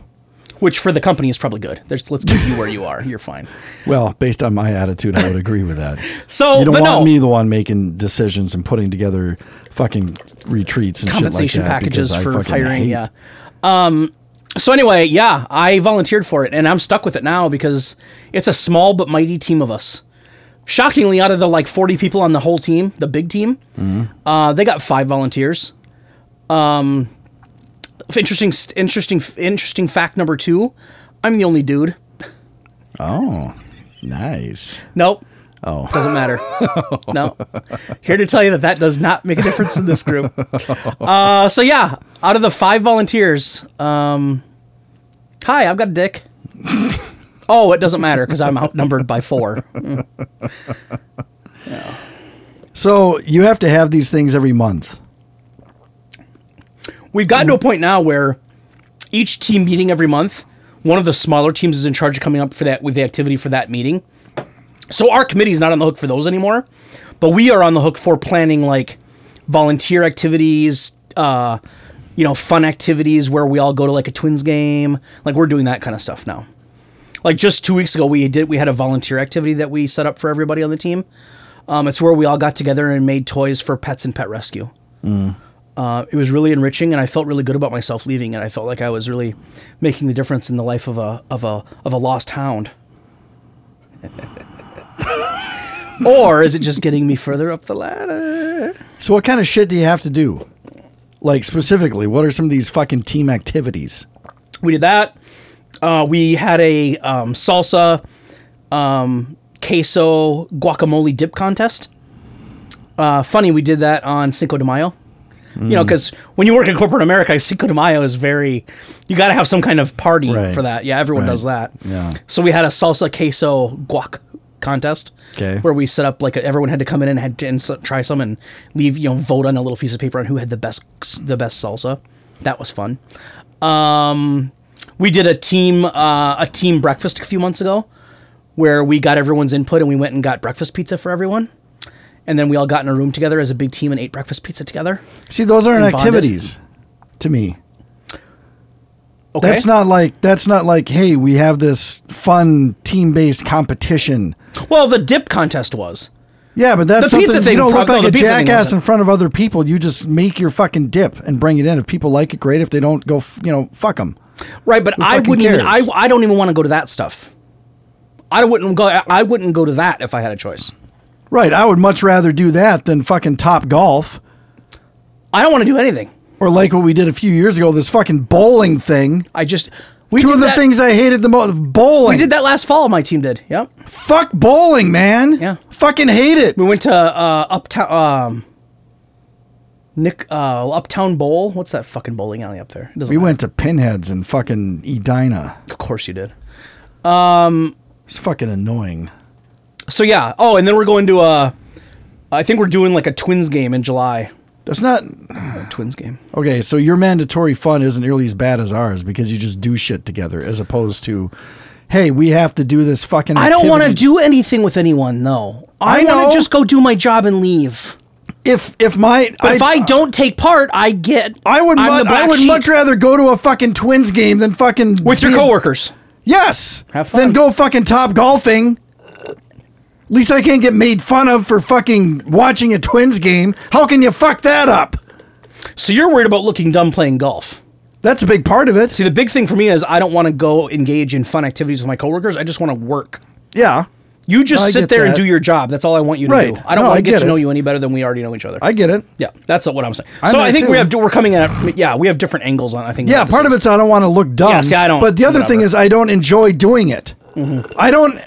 Which for the company is probably good. There's, let's keep you where you are. You're fine.
Well, based on my attitude, I would agree with that.
So,
you don't
but
want
no.
me the one making decisions and putting together fucking retreats and
compensation
shit like that
packages
because I
for
fucking
hiring.
hate-
Yeah. Um, so anyway, yeah, I volunteered for it, and I'm stuck with it now because it's a small but mighty team of us. Shockingly, out of the like 40 people on the whole team, the big team,
Mm-hmm.
uh, they got five volunteers. Um, interesting, interesting, interesting fact number two: I'm the only dude.
Oh, nice.
Nope.
Oh.
Doesn't matter. no. Here to tell you that that does not make a difference in this group. Uh, so, yeah, out of the five volunteers, um, hi, I've got a dick. oh, it doesn't matter because I'm outnumbered by four.
So you have to have these things every month.
We've gotten to a point now where each team meeting every month, one of the smaller teams is in charge of coming up for that with the activity for that meeting. So our committee is not on the hook for those anymore, but we are on the hook for planning like volunteer activities, uh, you know, fun activities where we all go to like a Twins game. Like we're doing that kind of stuff now. Like just two weeks ago, we did we had a volunteer activity that we set up for everybody on the team. Um, it's where we all got together and made toys for pets and pet rescue uh, it was really enriching, and I felt really good about myself leaving it. I felt like I was really making the difference in the life of a of a of a lost hound. or is it just getting me further up the ladder?
So what kind of shit do you have to do? Like specifically, what are some of these fucking team activities?
We did that. Uh, we had a um, salsa um, queso guacamole dip contest. Uh, funny, we did that on Cinco de Mayo. You
Mm.
know, because when you work in corporate America, Cinco de Mayo is very, you got to have some kind of party
Right.
for that. Yeah, everyone
Right.
does that.
Yeah.
So we had a salsa queso guac contest.
'Kay.
Where we set up like everyone had to come in and had to and s- try some and leave you know vote on a little piece of paper on who had the best the best salsa. That was fun. Um, we did a team uh, a team breakfast a few months ago, where we got everyone's input and we went and got breakfast pizza for everyone, and then we all got in a room together as a big team and ate breakfast pizza together.
See, those aren't
And bonded.
activities to me.
Okay,
That's not like that's not like hey, we have this fun team-based competition.
well the dip contest was.
Yeah, but that's
The pizza
something
thing
you don't
prob-
look
no,
like
the
a
pizza thing
jackass
wasn't.
in front of other people. You just make your fucking dip and bring it in. If people like it, great. If they don't, go f- you know fuck them.
Right, but I
fucking
wouldn't even. I,
cares?
I don't even want to go to that stuff. I wouldn't go. I wouldn't go to that if I had a choice.
Right. I would much rather do that than fucking top golf
I don't want to do anything.
or like what we did a few years ago. This fucking bowling thing.
I just we
Two
did
of the
that,
things I hated the most:
we
bowling.
did that last fall. My team did. Yep.
Fuck bowling, man.
Yeah.
Fucking hate it.
We went to uh, Uptown. Um, Nick uh, Uptown Bowl. What's that fucking bowling alley up there? It doesn't
We
matter.
went to Pinheads and fucking Edina.
Of course you did.
It's fucking annoying.
So yeah. Oh, and then we're going to. Uh, I think we're doing like a Twins game in July.
That's not
A twins game.
okay. So your mandatory fun isn't nearly as bad as ours because you just do shit together, as opposed to, hey, we have to do this fucking.
I don't want to
activity.
do anything with anyone though. I,
I
want
know.
to just go do my job and leave.
If if my
But if I don't take part, I get.
I would
I'm
mu-
the black
I would
sheep.
much rather go to a fucking Twins game than fucking
with your
be a-
coworkers.
Yes.
Have fun.
Then go fucking top golfing. At least I can't get made fun of for fucking watching a Twins game. How can you fuck that up?
So you're worried about looking dumb playing golf.
That's a big part of it.
See, the big thing for me is I don't want to go engage in fun activities with my coworkers. I just want to work.
Yeah.
You just
I
sit
get
there and
that.
do your job. That's all I want you to
Right.
do. I don't
No,
want to
I
get,
get
to know
it.
you any better than we already know each other.
I get it.
yeah, that's what I'm saying.
I
so
know
I think
too.
we have we're coming at yeah we have different angles on I think
Yeah,
about
part of
this.
it's I don't want to look dumb.
Yeah, see, I don't-
But the other
whatever.
thing
Mm-hmm.
is I don't enjoy doing it. I don't.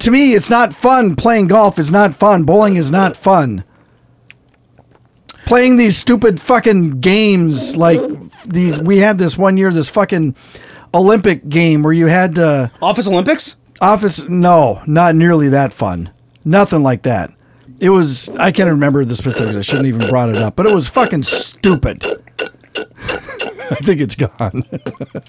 To me, it's not fun. Playing golf is not fun. Bowling is not fun. Playing these stupid fucking games like these. We had this one year, this fucking Olympic game where you had to
Office Olympics.
office. No, not nearly that fun. Nothing like that. It was. I can't remember the specifics. I shouldn't even brought it up. But it was fucking stupid. I think it's gone.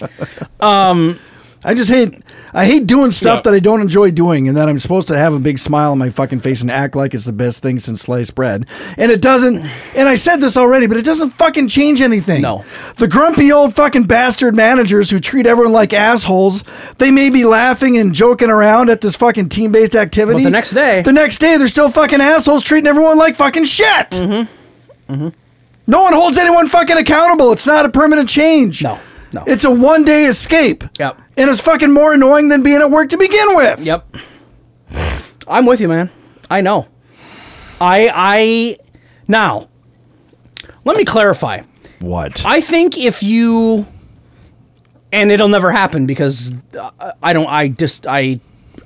um, I just hate. I hate doing stuff
Yeah.
that I don't enjoy doing, and that I'm supposed to have a big smile on my fucking face and act like it's the best thing since sliced bread. And it doesn't. And I said this already, but it doesn't fucking change anything.
No.
The grumpy old fucking bastard managers who treat everyone like assholes, they may be laughing and joking around at this fucking team based activity.
But the next day-
The next day, they're still fucking assholes treating everyone like fucking shit. Mm hmm.
Mm-hmm.
No one holds anyone fucking accountable. It's not a permanent change.
No, no.
It's a one day escape.
Yep.
And it's fucking more annoying than being at work to begin with.
Yep. I'm with you, man. I know. I I now. Let me clarify.
What?
I think if you, and it'll never happen because uh, I don't. I just I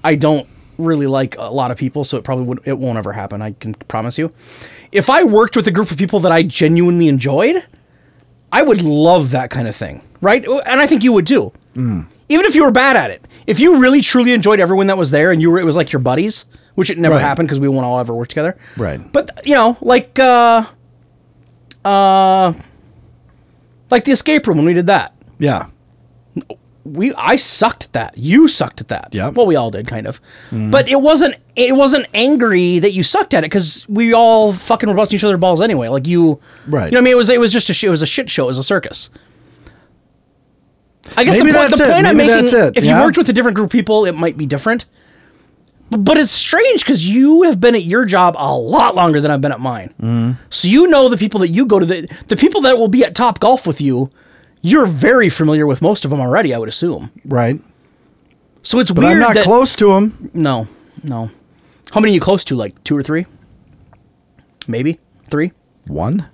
I don't really like a lot of people, so it probably would, it won't ever happen. I can promise you. If I worked with a group of people that I genuinely enjoyed, I would love that kind of thing, right? And I think you would too. Even if you were bad at it, if you really truly enjoyed everyone that was there and you were, it was like your buddies, which it never
Right.
happened because we won't all ever work together.
Right.
But you know, like uh, like the escape room when we did that.
yeah.
we I sucked at that. You sucked at that.
Yep. Mm-hmm.
Well, we all did kind of. But it wasn't it wasn't angry that you sucked at it because we all fucking were busting each other balls anyway. Like you,
Right.
You know what I mean? It was it was just a sh- it was a shit show. It was a circus. I guess
Maybe
the, point the
that's it.
point I'm
Maybe
making,
that's it,
if
yeah.
you worked with a different group of people, it might be different. B- But it's strange because you have been at your job a lot longer than I've been at mine.
Mm-hmm.
So you know the people that you go to the the people that will be at Top Golf with you. You're very familiar with most of them already, I would assume.
Right.
So it's
But
weird.
I'm not
that,
close to him.
No, no. How many are you close to? Like two or three? Maybe three.
One?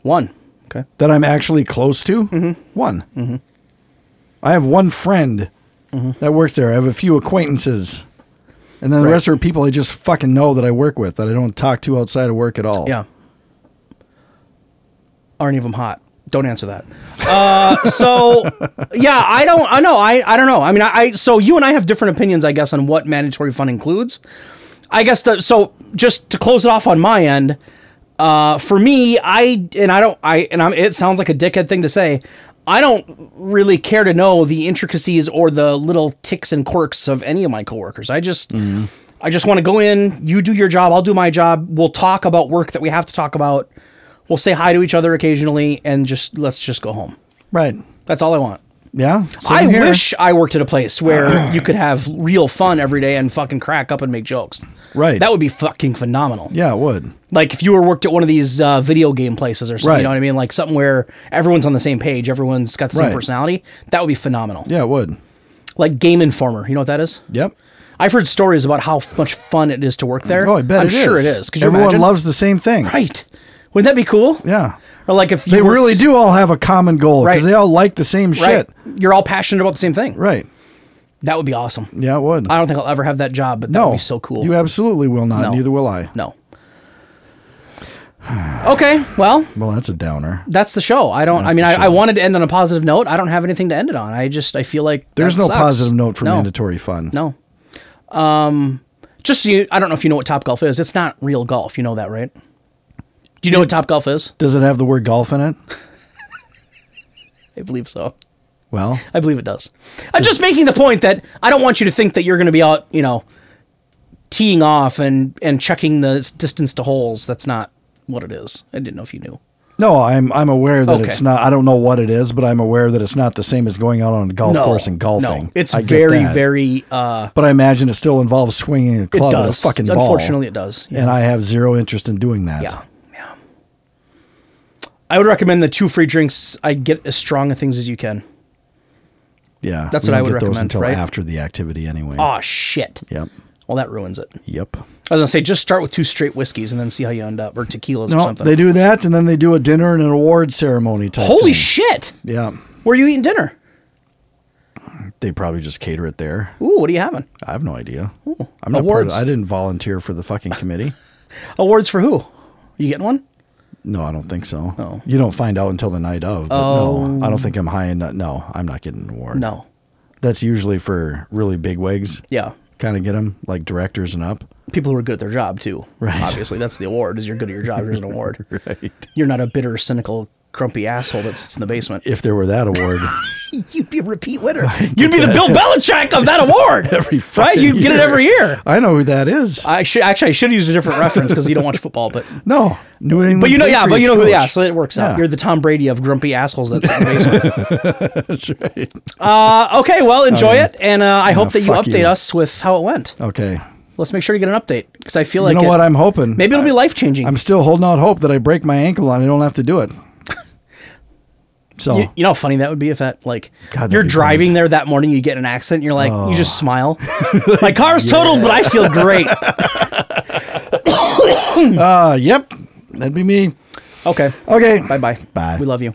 One. Okay.
That I'm actually close to?
Mm-hmm.
One.
Mm-hmm.
I have one friend that works there. I have a few acquaintances. And then the rest are people I just fucking know that I work with that I don't talk to outside of work at all.
Yeah. Are any of them hot? Don't answer that. Uh, so yeah, I don't. I know. I I don't know. I mean, I, I so you and I have different opinions, I guess, on what mandatory fund includes. I guess the so just to close it off on my end. Uh, for me, I and I don't. I and I'm. It sounds like a dickhead thing to say. I don't really care to know the intricacies or the little ticks and quirks of any of my coworkers. I just.
Mm-hmm.
I just want to go in. You do your job. I'll do my job. We'll talk about work that we have to talk about. We'll say hi to each other occasionally, and just let's just go home.
Right.
That's all I want.
Yeah. Same
I
here.
wish I worked at a place where you could have real fun every day and fucking crack up and make jokes.
Right.
That would be fucking phenomenal.
Yeah, it would.
Like if you were worked at one of these uh, video game places or something,
Right.
you know what I mean? Like something where everyone's on the same page, everyone's got the
Right.
same personality. That would be phenomenal.
Yeah, it would.
Like Game Informer. You know what that is?
Yep.
I've heard stories about how f- much fun it is to work there.
Oh, I bet
I'm
it is.
sure it is. Could you
Everyone
imagine?
loves the same thing.
Right. Wouldn't that be cool?
Yeah.
Or like if
They really do all have a common goal because
Right.
they all like the same
Right.
shit.
You're all passionate about the same thing.
Right.
That would be awesome.
Yeah, it would.
I don't think I'll ever have that job, but that
no.
would be so cool.
You absolutely will not.
No.
Neither will I.
no. Okay. Well,
Well, that's a downer.
that's the show. I don't.
That's
I mean,
the
I,
show.
I wanted to end on a positive note. I don't have anything to end it on. I just I feel like
There's
that
no
sucks.
positive note for
No.
mandatory fun.
No. Um, just so you. I don't know if you know what Top Golf is. It's not real golf. You know that, right? Do you know what
Mm.
Top Golf is?
Does it have the word golf in it?
I believe so.
Well,
I believe it does. I'm just making the point that I don't want you to think that you're going to be out, you know, teeing off and and checking the s- distance to holes. That's not what it is. I didn't know if you knew.
no, I'm I'm aware that
Okay.
it's not. I don't know what it is, but I'm aware that it's not the same as going out on a golf
no,
course and golfing.
No, it's
I get
very
that.
very. uh
But I imagine it still involves swinging a
It
club at a
does.
fucking ball.
Unfortunately, it does. Yeah.
and I have zero interest in doing that.
yeah, yeah. I would recommend the two free drinks. I get as strong of things as you can.
Yeah,
That's
we
what I
don't
would
get those
recommend,
until
right?
after the activity anyway.
Oh shit.
Yep.
Well, that ruins it. I
Yep.
was gonna say just start with two straight whiskeys and then see how you end up, or tequilas or
No,
something.
they do that, and then they do a dinner and an award ceremony. Type
Holy
thing.
shit!
Yeah,
Where are you eating dinner?
they probably just cater it there.
Ooh, what are you having?
I have no idea. I'm not part of,
awards.
I didn't volunteer for the fucking committee.
Awards for who? You getting one?
No, I don't think so.
Oh.
You don't find out until the night of. But no, I don't think I'm high enough. No, I'm not getting an award.
No.
That's usually for really big wigs.
Yeah.
Kind of get them like directors and up.
People who are good at their job too.
Right.
Obviously, that's the award. Is you're good at your job, here's an award. right. You're not a bitter, cynical, grumpy asshole that sits in the basement.
If there were that award,
You'd be a repeat winner. You'd be the Bill Belichick of that award.
Every
right?
fucking
You'd get it
year.
every year.
I know who that is.
I should actually I should have used a different reference because you don't watch football, but
no, New England.
but you know yeah, but you know who yeah,
Patriots
so it works out.
Yeah.
You're the Tom Brady of grumpy assholes that's in the basement.
coach. That's right.
uh, okay, well enjoy it, and uh, I hope that you
fuck
update
you.
us with how it went.
Okay.
Let's make sure you get an update because I feel like
You
it-
know what? I'm hoping.
Maybe it'll be life changing.
I'm still holding out hope that I break my ankle and I don't have to do it. So
You, you know how funny that would be if that like
God, that'd
you're
be
driving
great. Oh.
there that morning, you get in an accident, you're like you just smile. My car's totaled, but I feel great.
uh, yep, that'd be me.
Okay,
Okay.
bye bye.
Bye.
We love you.